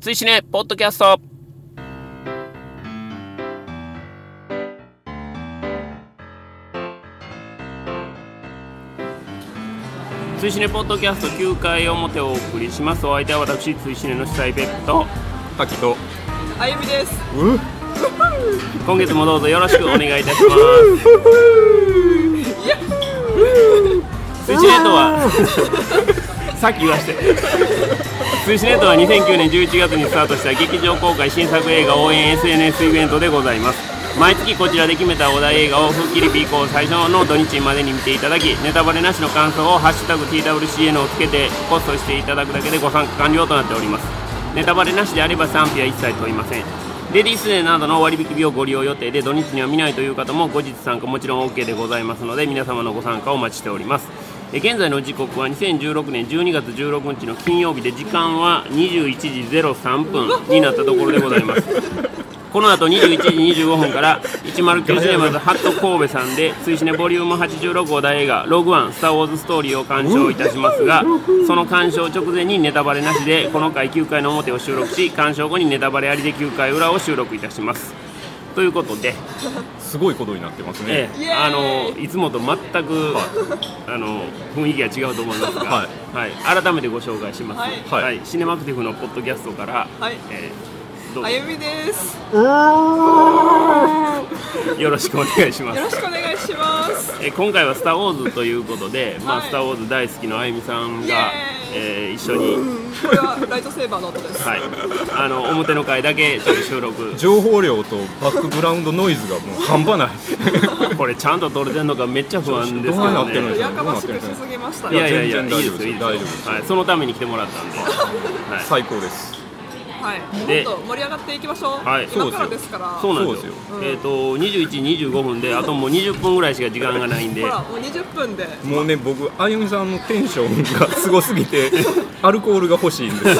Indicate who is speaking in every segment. Speaker 1: ついしねポッドキャストついしねポッドキャスト9回表をお送りしますお相手は私ついしねの主催ペット
Speaker 2: 滝と
Speaker 3: あゆみです。
Speaker 1: 今月もどうぞよろしくお願いいたします
Speaker 3: いや、
Speaker 1: 推進ネットは さっき言わして推進ネットは2009年11月にスタートした劇場公開新作映画応援 SNS イベントでございます毎月こちらで決めたお題映画を吹っ切り B 公最初の土日までに見ていただきネタバレなしの感想を「ハッシュタグ #TWCN」をつけてポストしていただくだけでご参加完了となっておりますネタバレなしであれば賛否は一切問いませんレディースデーなどの割引日をご利用予定で土日には見ないという方も後日参加もちろん OK でございますので皆様のご参加をお待ちしておりますえ現在の時刻は2016年12月16日の金曜日で時間は21時03分になったところでございますこの後21時25分から109シネマズハット神戸さんで追試ねボリューム86を大映画「ログワンスター・ウォーズ・ストーリー」を鑑賞いたしますがその鑑賞直前にネタバレなしでこの回9回の表を収録し鑑賞後にネタバレありで9回裏を収録いたしますということで、
Speaker 2: すごいことになってますね
Speaker 1: え、
Speaker 3: イエ
Speaker 1: え
Speaker 3: ーイ
Speaker 1: あのいつもと全くあの雰囲気が違うと思いますが、
Speaker 2: は
Speaker 1: はい改めてご紹介します、
Speaker 2: はい
Speaker 1: シネマクティフのポッドキャストから、
Speaker 3: はい
Speaker 1: えーどう
Speaker 3: あゆみです。
Speaker 1: ぞよろしくお願いします
Speaker 3: よろしくお願いします。
Speaker 1: えー今回は「スター・ウォーズ」ということで「まあ、
Speaker 3: はい
Speaker 1: スター・ウォーズ」大好きのあゆみさん
Speaker 3: イエ
Speaker 1: が、
Speaker 3: ーイ
Speaker 1: えー一緒に、
Speaker 3: これはライトセーバーの音です。
Speaker 1: はい、あの表の回だけちょっと収録
Speaker 2: 情報量とバックグラウンドノイズがもう半端ない
Speaker 1: これちゃんと撮れてるのかめっちゃ不安ですけ
Speaker 2: どうな
Speaker 1: ど
Speaker 2: ってるん
Speaker 1: ね
Speaker 2: で。
Speaker 3: やかましくしすぎました
Speaker 1: いやい
Speaker 3: ね。
Speaker 1: やいや、い
Speaker 2: 全
Speaker 1: いで
Speaker 2: 然大
Speaker 1: すよ
Speaker 2: 丈夫、です
Speaker 1: いい
Speaker 2: 大丈夫
Speaker 1: で
Speaker 2: ですす
Speaker 1: よ。はい、そのために来てもらったんで。はい、
Speaker 2: 最高です
Speaker 3: はい。
Speaker 1: で
Speaker 3: もっと盛り上がっていきましょう。
Speaker 1: はい
Speaker 3: 今からですから。
Speaker 1: そうなんです
Speaker 2: そう
Speaker 1: よ
Speaker 2: で。
Speaker 1: えっ、と、21時25分で、あともう20分ぐらいしか時間がないんで
Speaker 3: ほ。ら、もう20分で。
Speaker 2: もうね僕あゆみさんのテンションがすごすぎてアルコールが欲しいんです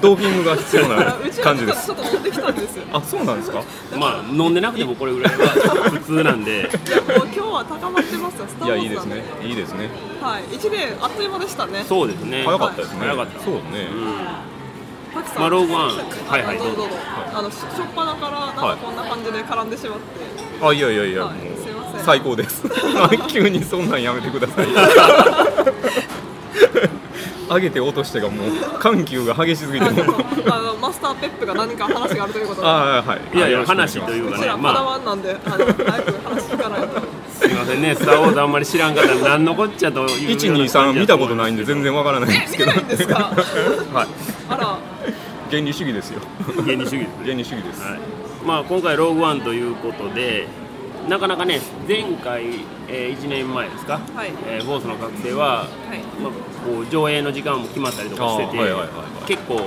Speaker 2: ドーピングが必要
Speaker 3: ほら
Speaker 2: な
Speaker 3: うちは
Speaker 2: 感じ
Speaker 3: ち
Speaker 2: で
Speaker 3: ょっと
Speaker 2: す
Speaker 3: ちょっと持ってきたんですよ。も
Speaker 2: あそうなんですか
Speaker 1: まあ、飲んでなくても、これぐらいは普通なんで。
Speaker 3: う今日は高まってますよ。スタ
Speaker 2: い
Speaker 3: ー
Speaker 2: や
Speaker 3: ウォ
Speaker 2: いい
Speaker 3: ーズ
Speaker 2: で
Speaker 3: な
Speaker 2: す
Speaker 3: ん
Speaker 2: ねいいですね
Speaker 3: はい。一年あっという間でしたね。
Speaker 1: そうですね。
Speaker 2: 早かったですね
Speaker 1: 早かった。
Speaker 2: そうね、
Speaker 3: パキさん。
Speaker 1: まあローグワンは
Speaker 3: はいい
Speaker 1: はい
Speaker 3: どうぞどうぞ。あのしょっぱなからなん
Speaker 2: は
Speaker 3: か
Speaker 2: い
Speaker 3: こんな感じで絡んでしまって。
Speaker 2: あいやいやいや、
Speaker 3: はい
Speaker 2: もう
Speaker 3: すいません
Speaker 2: 最高です 急にそんなんやめてく ださい上げて落としてがもう緩急が激しすぎて
Speaker 3: あ
Speaker 2: もう
Speaker 3: のあのマスターペップが何か話があるということで。
Speaker 2: あーはい
Speaker 1: いやいや
Speaker 2: よろしくお願します
Speaker 1: 話という
Speaker 3: う
Speaker 1: か
Speaker 3: ちらパダワンなんで、あの早く話聞かないと。
Speaker 1: すみませんね、スター・ウォーズあんまり知らんから、なんのこっちゃというような感じだと思うん
Speaker 2: 123
Speaker 1: ですけど。
Speaker 2: 見たことないんで全然わからないんで
Speaker 3: え、
Speaker 2: す
Speaker 3: 見
Speaker 2: け
Speaker 3: て
Speaker 2: ど
Speaker 3: ないんですか。
Speaker 2: はい
Speaker 3: あら、
Speaker 2: 原理主義ですよ
Speaker 1: 原理主義ですね
Speaker 2: 原理主義です、
Speaker 1: はいまあ、今回、ローグワンということで、なかなかね、前回、え1年前ですか、
Speaker 3: はい
Speaker 1: えーフォースの覚醒は、
Speaker 3: はい
Speaker 1: まあ、こう上映の時間も決まったりとかしてて、
Speaker 2: あーはいはいはいはい
Speaker 1: 結構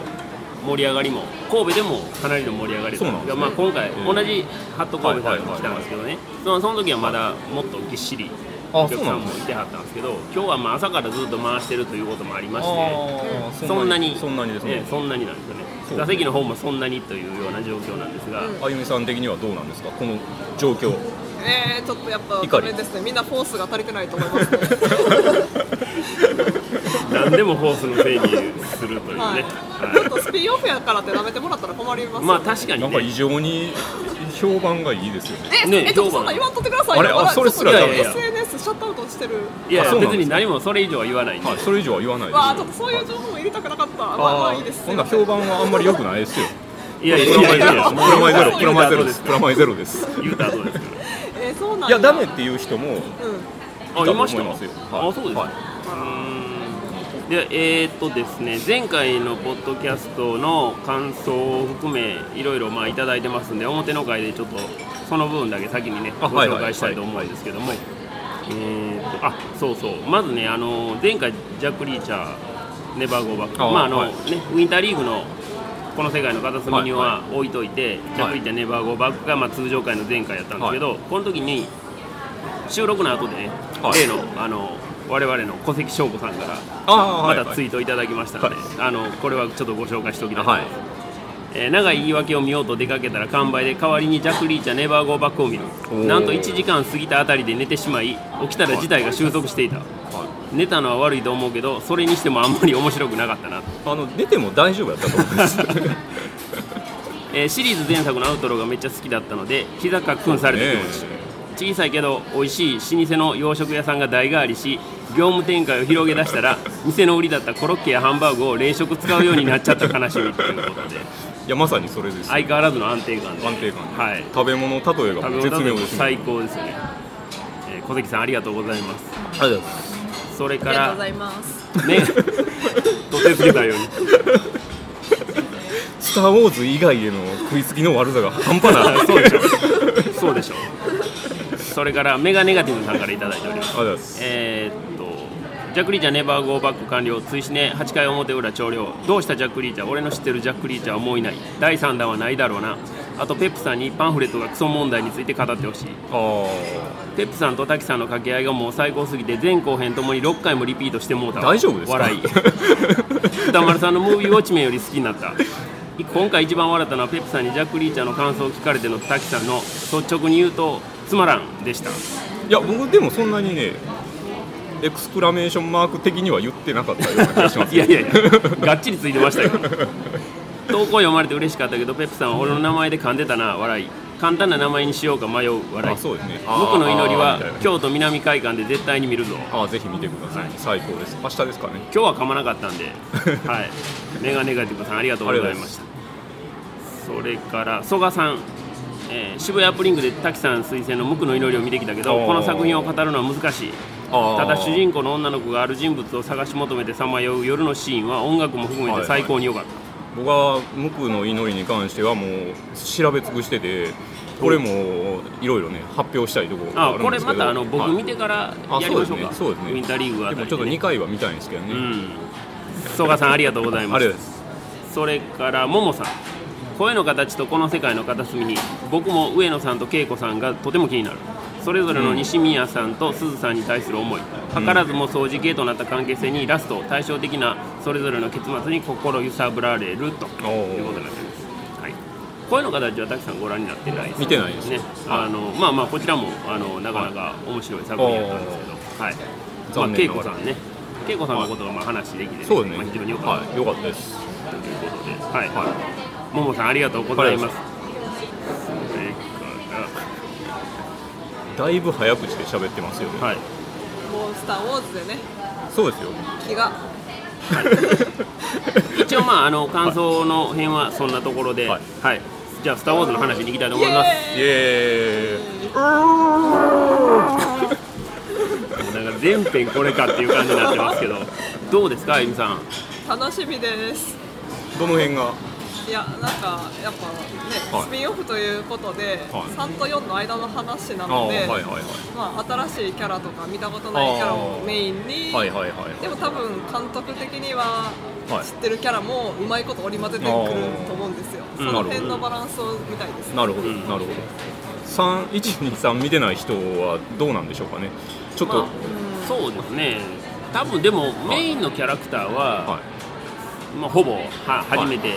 Speaker 1: 盛り上がりも、神戸でもかなりの盛り上がりだったんですが、
Speaker 2: そう
Speaker 1: ま
Speaker 2: な
Speaker 1: あ、
Speaker 2: んですね
Speaker 1: 今回、
Speaker 2: うん
Speaker 1: 同じハット神戸さんに来たんですけどね、そのその時はまだもっとぎっしり。
Speaker 2: あ
Speaker 1: お客さんもいてはったんですけど、今日はまあ朝からずっと回してるということもありまして、
Speaker 2: あー
Speaker 1: そんなに、
Speaker 2: そんなにですね、
Speaker 1: ええそんなになんですよね
Speaker 2: そ。う
Speaker 1: 座席の方もそんなにというような状況なんですが、
Speaker 2: あゆみさん的にはどうなんですかこの状 況
Speaker 3: えー、ちょっとやっぱ、
Speaker 2: 怒
Speaker 3: こ
Speaker 2: り
Speaker 3: れですね、みんなフォースが足りてないと思い ますね。
Speaker 1: 何でもフォースのせいにするというね。
Speaker 3: はい。ちょっ
Speaker 1: は
Speaker 3: とスピンオフやからって、舐めてもらったら困りま
Speaker 1: い
Speaker 3: す。
Speaker 1: まあ確か
Speaker 2: な
Speaker 1: に
Speaker 2: んか
Speaker 1: ね。
Speaker 2: 異常に評判がいいですよね
Speaker 3: え、
Speaker 1: ね
Speaker 3: え、ちょ
Speaker 1: 評判
Speaker 3: っとそんな言わんとってくださいよ。
Speaker 2: あれあ
Speaker 3: まだ
Speaker 2: それすら
Speaker 3: ちょっと
Speaker 1: いやいやいや
Speaker 3: SNS シャットアウトしてる。
Speaker 1: いやい
Speaker 2: あ
Speaker 1: や
Speaker 2: そうなん
Speaker 1: 別
Speaker 2: です
Speaker 1: に何もそれ以上は言わないんで。
Speaker 2: はい、それ以上は言わないです
Speaker 3: わあ、ちょっとそういう情報も入れたくなかった。まあ、まあいいです。
Speaker 2: こんな評判はあんまり良くないですよ。
Speaker 1: いやい
Speaker 2: プ
Speaker 1: や
Speaker 2: ラマイ
Speaker 1: い
Speaker 2: ゼ
Speaker 1: やい
Speaker 2: ロ
Speaker 1: や。
Speaker 2: プラマイゼロ、プラマイゼロ
Speaker 1: 言うた後で
Speaker 2: で。
Speaker 1: すす
Speaker 2: プラマイゼロです。
Speaker 1: 言うた後ですか
Speaker 3: えー、そうなんだ。
Speaker 2: いや、ダメっていう人も。
Speaker 3: うん。
Speaker 1: ら。あいました
Speaker 2: いたと思いますよはい
Speaker 1: あそうですか。
Speaker 2: はいう
Speaker 1: ーんでえーっとですね前回のポッドキャストの感想を含めいろいろまあいただいてますんで表の回でちょっとその部分だけ先にねご
Speaker 2: あはい
Speaker 1: 紹
Speaker 2: はい
Speaker 1: 介したいと思うんですけども、えーっとあそうそうまずねあの前回ジャック・リーチャーネバーゴーバック
Speaker 2: あ
Speaker 1: まああの、
Speaker 2: はい
Speaker 1: ねウィンターリーグのこの世界の片隅には置いといて、ジャック・リーチャーネバーゴーバックがまあ通常回の前回やったんですけど、この時に収録の後でね、
Speaker 2: はい
Speaker 1: 例のあの我々の戸籍翔子さんから
Speaker 2: あ
Speaker 1: ま
Speaker 2: ー
Speaker 1: たツイートいただきましたので、
Speaker 2: はい
Speaker 1: あのこれはちょっとご紹介しておきたいと思
Speaker 2: はいい
Speaker 1: ます、。えー長い言い訳を見ようと出かけたら完売で代わりにジャック・リーチャーネバー・ゴー・バックを見る
Speaker 2: ー
Speaker 1: なんと1時間過ぎたあたりで寝てしまい起きたら事態が収束していた、寝たのは悪いと思うけどそれにしてもあんまり面白くなかったな
Speaker 2: あの、出ても大丈夫やったと思います。
Speaker 1: えーシリーズ前作のアウトローがめっちゃ好きだったので膝かっくんされてきました小さいけど美味しい老舗の洋食屋さんが代替わりし業務展開を広げ出したら店の売りだったコロッケやハンバーグを冷食使うようになっちゃった悲しみということで
Speaker 2: いやまさにそれですよ
Speaker 1: 相変わらずの安定感で
Speaker 2: 安定感
Speaker 1: はい
Speaker 2: 食べ物例えが
Speaker 1: 食
Speaker 2: も
Speaker 1: べ
Speaker 2: う
Speaker 1: 物
Speaker 2: 絶
Speaker 1: だ
Speaker 2: 妙
Speaker 1: と
Speaker 2: ですね
Speaker 1: 最高ですよね、えー小関さんありがとうございます
Speaker 2: ありがとうございます
Speaker 1: それ
Speaker 3: あ
Speaker 1: か
Speaker 3: りがとう
Speaker 1: ら
Speaker 3: ございます。
Speaker 1: ねとてつけたように
Speaker 2: スター・ウォーズ以外への食いつきの悪さが半端な い
Speaker 1: そうでしょそうでしょそれからメガネガティブさんから頂いただいております
Speaker 2: ありがとうございます
Speaker 1: えーっとジャック・リーチャーネバーゴーバック完了追試ね8回表裏長領どうしたジャック・リーチャー俺の知ってるジャック・リーチャーはもういない第3弾はないだろうなあとペップさんにパンフレットがクソ問題について語ってほしい
Speaker 2: あ
Speaker 1: ペップさんと滝さんの掛け合いがもう最高すぎて前後編ともに6回もリピートしてもうたわ
Speaker 2: 大丈夫ですか
Speaker 1: 笑い歌丸さんのムービーウォッチメンより好きになった今回一番笑ったのはペップさんにジャック・リーチャーの感想を聞かれての滝さんの率直に言うとつまらんでした
Speaker 2: あいや僕でもそんなにねエクスクラメーションマーク的には言ってなかったような気がします、
Speaker 1: いやいやいやがっちりついてましたよ。投稿読まれて嬉しかったけど、ペップさんは俺の名前で噛んでたな、笑い。簡単な名前にしようか迷う、笑い。
Speaker 2: あそうですねあー
Speaker 1: 僕の祈り
Speaker 2: みたい
Speaker 1: は
Speaker 2: な
Speaker 1: 京都南海岸で絶対に見るぞ。
Speaker 2: ああぜひ見てください、最高です明日ですかね
Speaker 1: 今日は噛まなか ったんで、はい。メガネガティブさんありがとうございました。それから曽我さん。えー渋谷アップリングで滝さん推薦の「無垢の祈り」を見てきたけど
Speaker 2: おー
Speaker 1: この作品を語るのは難しい
Speaker 2: あー
Speaker 1: ただ主人公の女の子がある人物を探し求めてさまよう夜のシーンは音楽も含めて最高に良かった、
Speaker 2: 僕は無垢の祈りに関してはもう調べ尽くしててこれもいろいろね発表したいところが
Speaker 1: あ
Speaker 2: ある
Speaker 1: こ
Speaker 2: ん
Speaker 1: れ
Speaker 2: ですけど
Speaker 1: またあの僕見てから
Speaker 2: あ
Speaker 1: やりましょうか
Speaker 2: そうですねそうですね
Speaker 1: ウィンターリーグ
Speaker 2: は
Speaker 1: あ
Speaker 2: い
Speaker 1: た
Speaker 2: でも
Speaker 1: り
Speaker 2: ちょっと
Speaker 1: で
Speaker 2: 2
Speaker 1: ね
Speaker 2: 回は見たいんですけどね、
Speaker 1: うん曽我さんありがとうござい
Speaker 2: あ
Speaker 1: ま
Speaker 2: れ
Speaker 1: す
Speaker 2: です
Speaker 1: それからももさん声の形とこの世界の片隅に僕も上野さんと恵子さんがとても気になるそれぞれの西宮さんと鈴さんに対する思い図らずも掃除系となった関係性にラスト対照的なそれぞれの結末に心揺さぶられるということになっています、はい、声の形はたくさんご覧になってないですか
Speaker 2: 見てないです
Speaker 1: ねあのまあまあこちらもあのなかなか面白い作品だったんですけど、はいまあ、
Speaker 2: 残
Speaker 1: 恵
Speaker 2: 念な
Speaker 1: 子
Speaker 2: がら
Speaker 1: さんね恵子さんのことがまあ話できて、ね
Speaker 2: そうです
Speaker 1: まあ、
Speaker 2: ね
Speaker 1: 非常に良かっ
Speaker 2: はい良かったです
Speaker 1: たということで、はいももさんありがとうございますそれか
Speaker 2: だいぶ早口で喋ってますよね、
Speaker 1: らはい
Speaker 3: モンスターウォーズでね、
Speaker 2: そうですよ
Speaker 3: 気が。
Speaker 1: 一応まああの感想の辺はそんなところで、は
Speaker 2: はいい
Speaker 1: じゃあ「スター・ウォーズ」の話に行きたいと
Speaker 3: イ
Speaker 1: 思います
Speaker 2: イ
Speaker 3: エーイ
Speaker 2: エ
Speaker 1: なんか全編これかっていう感じになってますけどどうですかあゆみさん
Speaker 3: 楽しみです。
Speaker 2: ーどの辺が
Speaker 3: いやなんかやっぱね、
Speaker 2: はい
Speaker 3: スピンオフということで、
Speaker 2: はい
Speaker 3: 3と4の間の話な
Speaker 2: あ
Speaker 3: ので、
Speaker 2: はいはいはい
Speaker 3: まあ、新しいキャラとか見たことないキャラをメインに、
Speaker 2: はいはいはい
Speaker 3: でも多分監督的には
Speaker 2: はい
Speaker 3: 知ってるキャラもうまいこと織り交ぜてくると思うんですよ、
Speaker 1: あー
Speaker 3: その辺のバランスを見たいです、
Speaker 2: なるほど、
Speaker 1: うん
Speaker 2: なるほど3123見てない人はどうなんでしょうかねちょっと、
Speaker 1: まあ、そうですね多分でもメインのキャラクターは、
Speaker 2: はい
Speaker 1: まあ、ほぼは初めて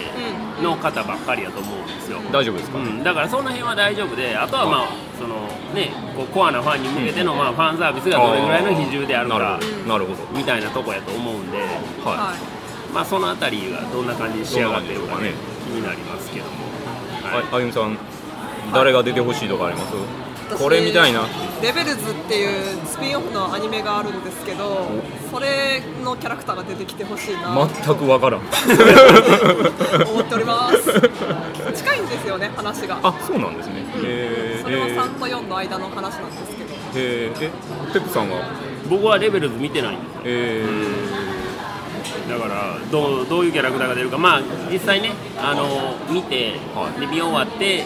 Speaker 3: うん
Speaker 1: の方ばっかりやと思うんですよ、
Speaker 2: 大丈夫です
Speaker 1: う
Speaker 2: か、
Speaker 1: ん、だからその辺は大丈夫であとはまあそのねこうコアなファンに向けてのまあファンサービスがどれぐらいの比重である
Speaker 2: な
Speaker 1: か
Speaker 2: るほどなるほど
Speaker 1: みたいなとこやと思うんで
Speaker 2: は、
Speaker 3: はいい、
Speaker 1: まあその辺りがどんな感じに仕上がってるかね
Speaker 2: どんな感じでしょ
Speaker 1: 気になりますけども、
Speaker 2: あ
Speaker 1: はい
Speaker 2: あゆみさん誰が出てほしいとかあります、
Speaker 3: 私
Speaker 2: これみたいな
Speaker 3: レベルズっていうスピンオフのアニメがあるんですけどそれのキャラクターが出てきてほしいなと
Speaker 2: 全くわか らん
Speaker 3: 思ってお ります近いんですよね話が
Speaker 2: あそうなんですね、え
Speaker 3: それは3と4の間の話なんですけど、
Speaker 2: ええーえペップさんは
Speaker 1: 僕はレベルズ見てないんで
Speaker 2: え
Speaker 1: だからどうどういうキャラクターが出るか、まあ、実際ね、あの見て、
Speaker 2: はい
Speaker 1: で見終わって、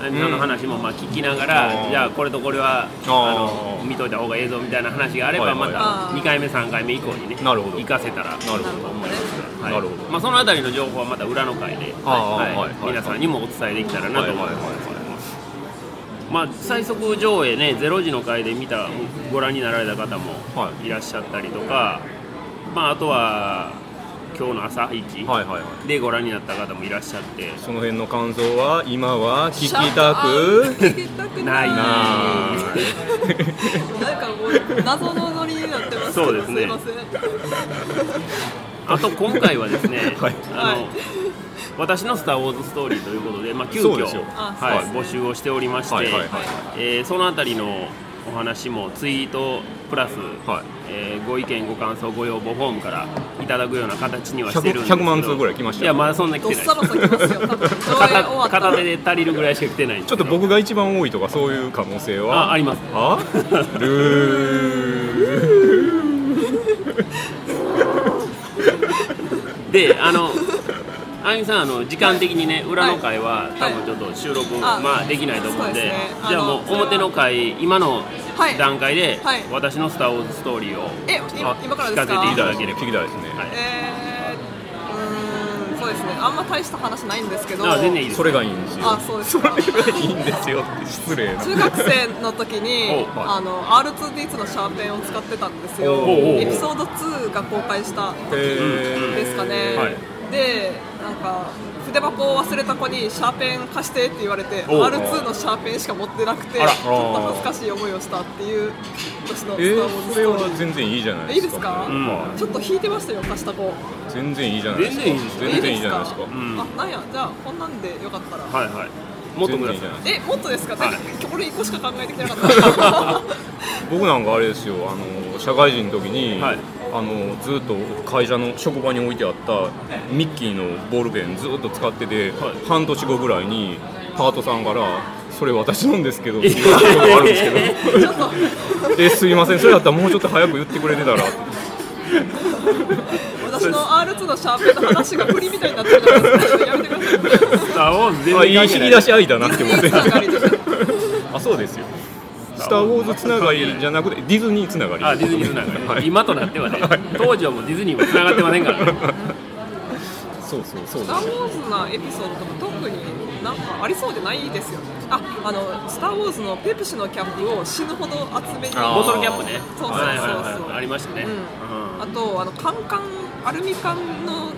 Speaker 1: あの
Speaker 2: うん
Speaker 1: その話もまあ聞きながら、
Speaker 2: あー
Speaker 1: じゃあ、これとこれは
Speaker 2: あー
Speaker 1: あの見といた方がええぞみたいな話があれば、
Speaker 2: はいは
Speaker 1: ま
Speaker 2: い
Speaker 1: た2回目、3回目以降にね、
Speaker 2: なるほど
Speaker 1: 行かせたら
Speaker 2: ー、なるほ
Speaker 1: と
Speaker 2: ど
Speaker 1: 思いますが、
Speaker 2: なるほど
Speaker 1: まあ、そのあたりの情報はまた裏の回で、
Speaker 2: あー
Speaker 1: は
Speaker 2: はいいはい
Speaker 1: 皆さんにもお伝えできたらなと思います。
Speaker 2: はいはいはい
Speaker 1: まあ、最速上映ね、ゼロ時の回で見た、ご覧になられた方も
Speaker 2: はい
Speaker 1: らっしゃったりとか、まあ、あとは今日の朝一
Speaker 2: はいはいはい
Speaker 1: でご覧になった方もいらっしゃって、
Speaker 2: その辺の感想は今は聞きた く
Speaker 3: 聞きたく
Speaker 1: な
Speaker 3: ないい
Speaker 1: な
Speaker 2: あ
Speaker 3: なんかもう謎のノリになってますけど
Speaker 1: そうですね
Speaker 3: いません
Speaker 1: あと今回はですね、
Speaker 2: はい
Speaker 1: あの
Speaker 3: はい
Speaker 1: 私の「スター・ウォーズ・ストーリー」ということで、まあ、急
Speaker 2: そう
Speaker 1: 遽
Speaker 2: ですよ
Speaker 3: あ
Speaker 1: はい
Speaker 2: そうですね
Speaker 1: 募集をしておりまして、
Speaker 2: はいはいはい
Speaker 1: えーそのあたりのお話もツイートプラス、
Speaker 2: はい
Speaker 1: えーご意見ご感想ご要望フォームからいただくような形にはしてるんですけど
Speaker 2: 100 100万通ぐらい来ましたよ
Speaker 1: いやまだそんな来
Speaker 3: どって
Speaker 1: ない
Speaker 3: さらときますよ、多分上映終わ
Speaker 1: 片
Speaker 3: った
Speaker 1: 片
Speaker 3: ら
Speaker 1: 手で足りるぐらいしか来てないんです
Speaker 2: ちょっと僕が一番多いとかそういう可能性は
Speaker 1: ああります
Speaker 2: あルー
Speaker 1: であのあゆみさんあの時間的にね裏の回は、
Speaker 3: い
Speaker 1: 多分ちょっと収録、
Speaker 3: あ
Speaker 1: まあできないと思うんで
Speaker 3: そうですねあの
Speaker 1: じゃあもう表の回今の
Speaker 3: はい
Speaker 1: 段階で、
Speaker 3: はい
Speaker 1: 私の「スター・ウォーズ・ストーリーを」
Speaker 3: え今今から
Speaker 1: 聞
Speaker 3: で
Speaker 1: かせて
Speaker 3: すか
Speaker 1: い
Speaker 2: 聞き
Speaker 1: た
Speaker 2: た
Speaker 1: だ
Speaker 2: い
Speaker 1: け
Speaker 2: で
Speaker 1: れば
Speaker 2: すね聞きたいですね、
Speaker 1: はい
Speaker 3: えー、うーんそうですねあんま大した話ないんですけど
Speaker 1: あ全然いいです
Speaker 2: それがいいんですよ
Speaker 3: あそうですか
Speaker 2: いいんですよって失礼な
Speaker 3: 中学生の時 に
Speaker 2: おはい
Speaker 3: あの R2D2 のシャーペンを使ってたんですよ
Speaker 2: おうおうおう
Speaker 3: エピソード2が公開した
Speaker 2: え
Speaker 3: ですかね、
Speaker 2: はい
Speaker 3: でなんか筆箱を忘れた子にシャーペン貸してって言われて
Speaker 2: おう
Speaker 3: R2 のシャーペンしか持ってなくてちょ
Speaker 2: あ
Speaker 3: っ
Speaker 2: ら
Speaker 3: と恥ずかしい思いをしたっていう私の
Speaker 2: え
Speaker 3: スター・ウォー
Speaker 2: ー、
Speaker 3: ズ
Speaker 2: それ
Speaker 3: スト
Speaker 2: は
Speaker 3: ーリー
Speaker 2: 全然いいじゃないで
Speaker 3: いい
Speaker 2: す
Speaker 3: で
Speaker 2: か
Speaker 3: すか、
Speaker 1: うん
Speaker 2: はい
Speaker 3: ちょっと引いてましたよ貸した子
Speaker 2: 全然いいじゃないです
Speaker 1: 全
Speaker 2: か
Speaker 1: 然いいですね
Speaker 2: 全然いいじゃないですか
Speaker 3: いいあなんやじゃあこんなんでよかった
Speaker 1: は
Speaker 3: ら、
Speaker 1: いはいもっとくだ
Speaker 2: 全然いい
Speaker 1: さ
Speaker 2: じゃ
Speaker 1: い
Speaker 2: ない
Speaker 3: えもっとですか、
Speaker 1: はい
Speaker 3: だってこれ1個しか考えてきてなかった
Speaker 2: 僕なんかあれですよあの社会人の時に、
Speaker 1: はい
Speaker 2: あのずっと会社の職場に置いてあったミッキーのボールペンずっと使ってて、
Speaker 1: はい
Speaker 2: 半年後ぐらいにパートさんから「それ私なんですけど」っていうことがあるんですけどえすいませんそれだったらもうちょっと早く言ってくれてたら
Speaker 3: 私の R2 のシャーペンの話が振りみたいになってるじゃないですかやめてくださ
Speaker 1: 「
Speaker 3: い
Speaker 1: スター・ウォーズ」全
Speaker 2: あい
Speaker 1: 然
Speaker 2: い引
Speaker 1: 関係
Speaker 2: き
Speaker 1: ない
Speaker 2: 出し愛だなって思って
Speaker 3: つながりで
Speaker 2: あそうですよ「スター・ウォーズ」つながりじゃなくてディズニーつなが り
Speaker 1: あディズニーつながり、
Speaker 2: はい
Speaker 1: 今となってはね当時はもうディズニーもつながってませんからね
Speaker 2: そうそうそうです
Speaker 3: スタ
Speaker 2: よ
Speaker 3: ー・ウォーズなエピソードとか特になんかありそうでないですよねああの「スター・ウォーズ」のペプシのキャップを死ぬほど集めに
Speaker 2: あー
Speaker 1: ボトルキャップね
Speaker 3: そうそうそうそう
Speaker 1: はいはいはいありましたね、
Speaker 3: うん
Speaker 1: うん
Speaker 3: あとあのカンカンアルミ缶の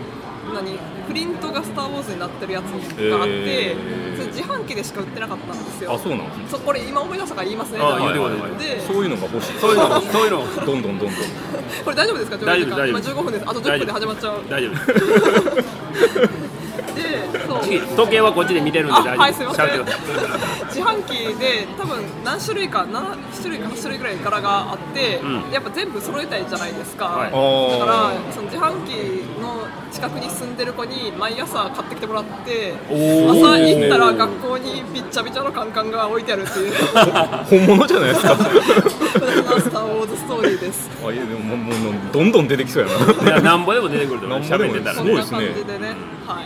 Speaker 3: 何プリントが「スター・ウォーズ」になってるやつがあって、
Speaker 2: えー
Speaker 3: それ自販機でしか売ってなかったんですよ
Speaker 2: あそうなんですね
Speaker 3: そうこれ今思い出したから言いますね
Speaker 1: あ
Speaker 3: じゃあ
Speaker 1: 言うてください
Speaker 3: で
Speaker 2: そういうのが欲しい
Speaker 1: そういうのそういうの
Speaker 2: どんどんどんどん
Speaker 3: これ大丈夫ですか
Speaker 1: 大丈夫大
Speaker 3: 15分
Speaker 1: 丈夫
Speaker 3: 今15分ですあと10分で始まっちゃう
Speaker 1: 大丈夫です
Speaker 3: でそう
Speaker 1: 時計はこっちで見てるんで
Speaker 3: あ
Speaker 1: 大
Speaker 3: はいすい
Speaker 1: 丈夫
Speaker 3: ま
Speaker 1: です喋
Speaker 3: せん
Speaker 1: ってください
Speaker 3: 自販機で多分何種類か7種類か8種類ぐらい柄があって、
Speaker 1: うん
Speaker 3: やっぱ全部揃えたいじゃないですか、
Speaker 1: はい
Speaker 2: あ
Speaker 3: だ
Speaker 2: あ
Speaker 3: からその自販機の近くに住んでる子に毎朝買ってきてもらって
Speaker 1: お
Speaker 2: ー
Speaker 3: 朝行った
Speaker 2: いい
Speaker 3: ら
Speaker 2: ですね
Speaker 3: 学校にびっちゃびちゃのカンカンが置いてあるっていう
Speaker 2: 本物じゃないで すか
Speaker 3: それがスター・ウォーズストーリーです
Speaker 2: あいやでももうもうどんどん出てきそうやな
Speaker 1: いや、なんぼでも出てくると思う。
Speaker 2: なんぼ
Speaker 1: 喋
Speaker 2: で
Speaker 1: っ
Speaker 2: も
Speaker 1: てたら
Speaker 3: こ
Speaker 2: す
Speaker 3: ん
Speaker 2: ごい
Speaker 1: ね。
Speaker 3: な
Speaker 2: ですね
Speaker 3: 感じでねはい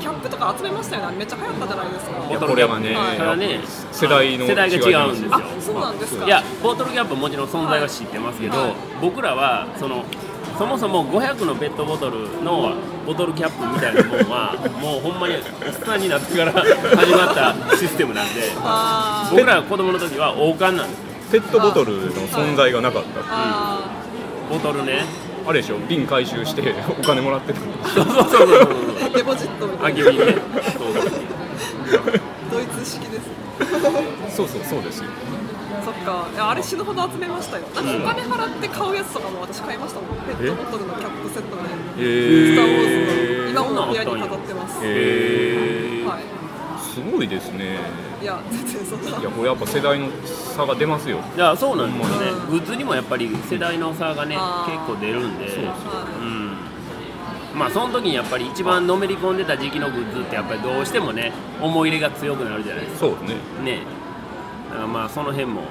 Speaker 3: キャップとか集めましたよねめっちゃ流行ったじゃないです
Speaker 2: いや
Speaker 1: ボ
Speaker 3: か
Speaker 1: トルキャップ
Speaker 2: これはね
Speaker 1: ただね、
Speaker 2: 世代の
Speaker 1: 世代が違うんですよ
Speaker 3: あ。そうなんですか
Speaker 1: いや、ボトルキャップもちろん存在は知ってますけど、
Speaker 3: はいはい
Speaker 1: 僕らはそのそもそも500のペットボトルのボトルキャップみたいなもん は、もうほんまにおっさんになってから 始まったシステムなんで、
Speaker 3: あー
Speaker 1: 僕らが子供の時は王冠なんですよ。
Speaker 2: ペットボトルの存在がなかったあ
Speaker 3: あー
Speaker 1: ボトルね。
Speaker 2: れでしょ瓶回収してお金もらってた
Speaker 1: そうそうそうそうそう。
Speaker 3: デポジットみた
Speaker 1: あ
Speaker 3: い
Speaker 1: き
Speaker 3: な
Speaker 1: びね。そうそう
Speaker 3: ドイツ式です
Speaker 2: そうそうそうですよ
Speaker 3: そっかいやあれ死ぬほど集めましたよなんかお金払って買うやつとかも私買いましたもんペットボトルのキャップセットで
Speaker 2: えー
Speaker 3: 「スター・ウォーズ」の今も部屋に飾ってます、
Speaker 2: えー
Speaker 3: はい
Speaker 2: すごいですね
Speaker 3: いや全然そんない
Speaker 2: やこれやっぱ世代の差が出ますよ
Speaker 1: いやそうなんですよね、
Speaker 3: うん
Speaker 1: グッズにもやっぱり世代の差がね、
Speaker 3: あー
Speaker 1: 結構出るんで、
Speaker 2: そうそう
Speaker 1: うん、まあその時にやっぱり一番のめり込んでた時期のグッズって、やっぱりどうしてもね、思い入れが強くなるじゃないです
Speaker 2: そうね
Speaker 1: か、ね、だからまあその辺も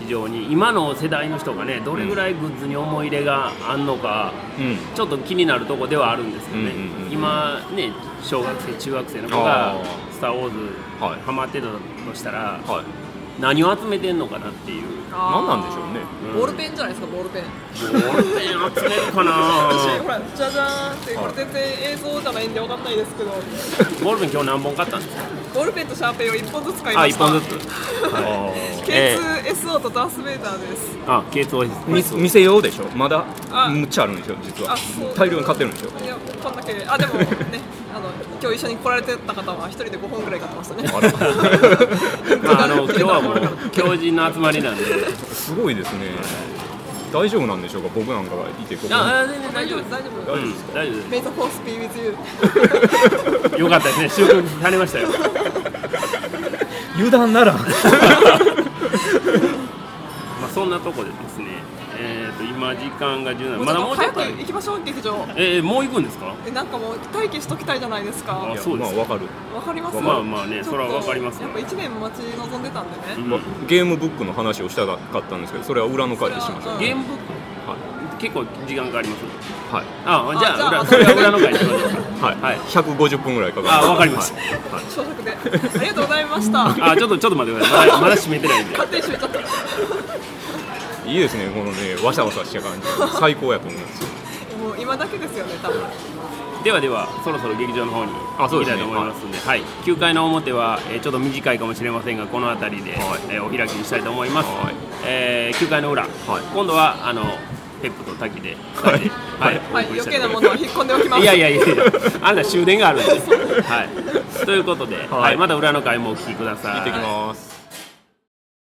Speaker 1: 非常に、今の世代の人がね、どれぐらいグッズに思い入れがあんのか、
Speaker 2: うん
Speaker 1: ちょっと気になるとこではあるんですよね、
Speaker 2: うんうんうん
Speaker 1: 今ね、小学生、中学生の子が
Speaker 2: あー、
Speaker 1: スター・ウォーズ、
Speaker 2: はい
Speaker 1: ハマってたとしたら、
Speaker 2: はい
Speaker 1: 何を集めてんのかなっていう。
Speaker 3: あ
Speaker 2: 何
Speaker 3: ー
Speaker 2: なんでしょうね
Speaker 1: うん
Speaker 3: ボールペンじゃないですかボールペン
Speaker 1: ボールペン集めるか
Speaker 3: 私
Speaker 1: な
Speaker 3: ほらじゃじゃーんってこれ全然映像じゃないんで分かんないですけど
Speaker 1: ボールペン今日何本買ったんですか
Speaker 3: ボールペンとシャーペンを1本ずつ買い
Speaker 1: あ
Speaker 3: ま
Speaker 1: 1
Speaker 3: した
Speaker 1: 本ずつ
Speaker 3: K2SO とダース・ベイダーです
Speaker 1: あケース多いで
Speaker 2: み
Speaker 1: す
Speaker 2: 店用でしょまだ
Speaker 3: あ
Speaker 2: むっちゃあるんですよ実は
Speaker 3: あそう
Speaker 2: 大量に買ってるんですよ
Speaker 3: いやこんだけあでもね あの今日一緒に来られてた方は一人で5本ぐらい買ってましたね
Speaker 2: あら
Speaker 1: まああの今日はもう強靭な集まりなんです
Speaker 2: ごいですね大丈夫なんでしょうか僕なんかがいてここに
Speaker 1: ああ全然大
Speaker 3: 大
Speaker 1: 丈
Speaker 3: 丈
Speaker 1: 夫
Speaker 3: 夫
Speaker 1: で
Speaker 3: です大
Speaker 1: すうん大丈
Speaker 3: 丈夫で
Speaker 1: 夫です
Speaker 4: メイトフォースピー with you
Speaker 1: よかったですね収穫にされましたよ
Speaker 2: 油断ならん
Speaker 1: まあそんなとこでですねえー、と今時間が17
Speaker 3: すもう
Speaker 1: ま
Speaker 3: ちょ
Speaker 1: だ
Speaker 3: っ
Speaker 1: もう
Speaker 3: と
Speaker 1: ちょ
Speaker 3: 早
Speaker 1: っと
Speaker 3: く行きましょう劇場
Speaker 1: えー、もう行くんですか
Speaker 3: えなんかもう待機しときたいじゃないですか
Speaker 1: あ
Speaker 3: わ
Speaker 1: そうです
Speaker 2: まあわかる、
Speaker 3: かります
Speaker 1: まあまあね
Speaker 3: ちょっと
Speaker 1: それはわかります
Speaker 3: やっぱ1年待ち望んでたんでね、
Speaker 1: うん
Speaker 2: まあゲームブックの話をしたかったんですけどそれは裏の回でしましょう、
Speaker 3: うん
Speaker 1: ゲームブック、結構時間があります
Speaker 2: はい
Speaker 1: あじゃあ裏
Speaker 3: あじゃあまた
Speaker 1: 裏の回にしましょうか
Speaker 2: はい、
Speaker 1: はい
Speaker 2: 150分ぐらいかかる
Speaker 1: あわかりまし
Speaker 2: は
Speaker 1: た
Speaker 2: い
Speaker 3: 朝食でありがとうございました
Speaker 1: あちょっとちょっと待ってくださいまだまだ閉めてないんで
Speaker 3: 勝手に閉めちゃった
Speaker 2: いいですねこのねわさわさした感じ最高やと思います
Speaker 3: もう今だけですよね多分
Speaker 1: ではではそろそろ劇場の方に
Speaker 2: あそ
Speaker 1: 行
Speaker 2: う
Speaker 1: き
Speaker 2: です
Speaker 1: たい
Speaker 2: ね
Speaker 1: と思いますんではい9回の表は、えーちょっと短いかもしれませんがこの辺りで、
Speaker 2: はい
Speaker 1: えーお開きにしたいと思います、
Speaker 2: はい
Speaker 1: え9回の裏、今度はあのペップと滝で2人で、は
Speaker 2: はいい
Speaker 3: はい
Speaker 1: お送り
Speaker 3: 余
Speaker 1: した
Speaker 3: 計
Speaker 1: と
Speaker 3: な
Speaker 1: 思いま
Speaker 3: も
Speaker 1: す
Speaker 3: のを引っ込んでおきます
Speaker 1: いやいやいやいやあなた終電があるんで、はい、ということで、はい
Speaker 2: はい
Speaker 1: また裏の回もお聞きください
Speaker 2: 行ってきます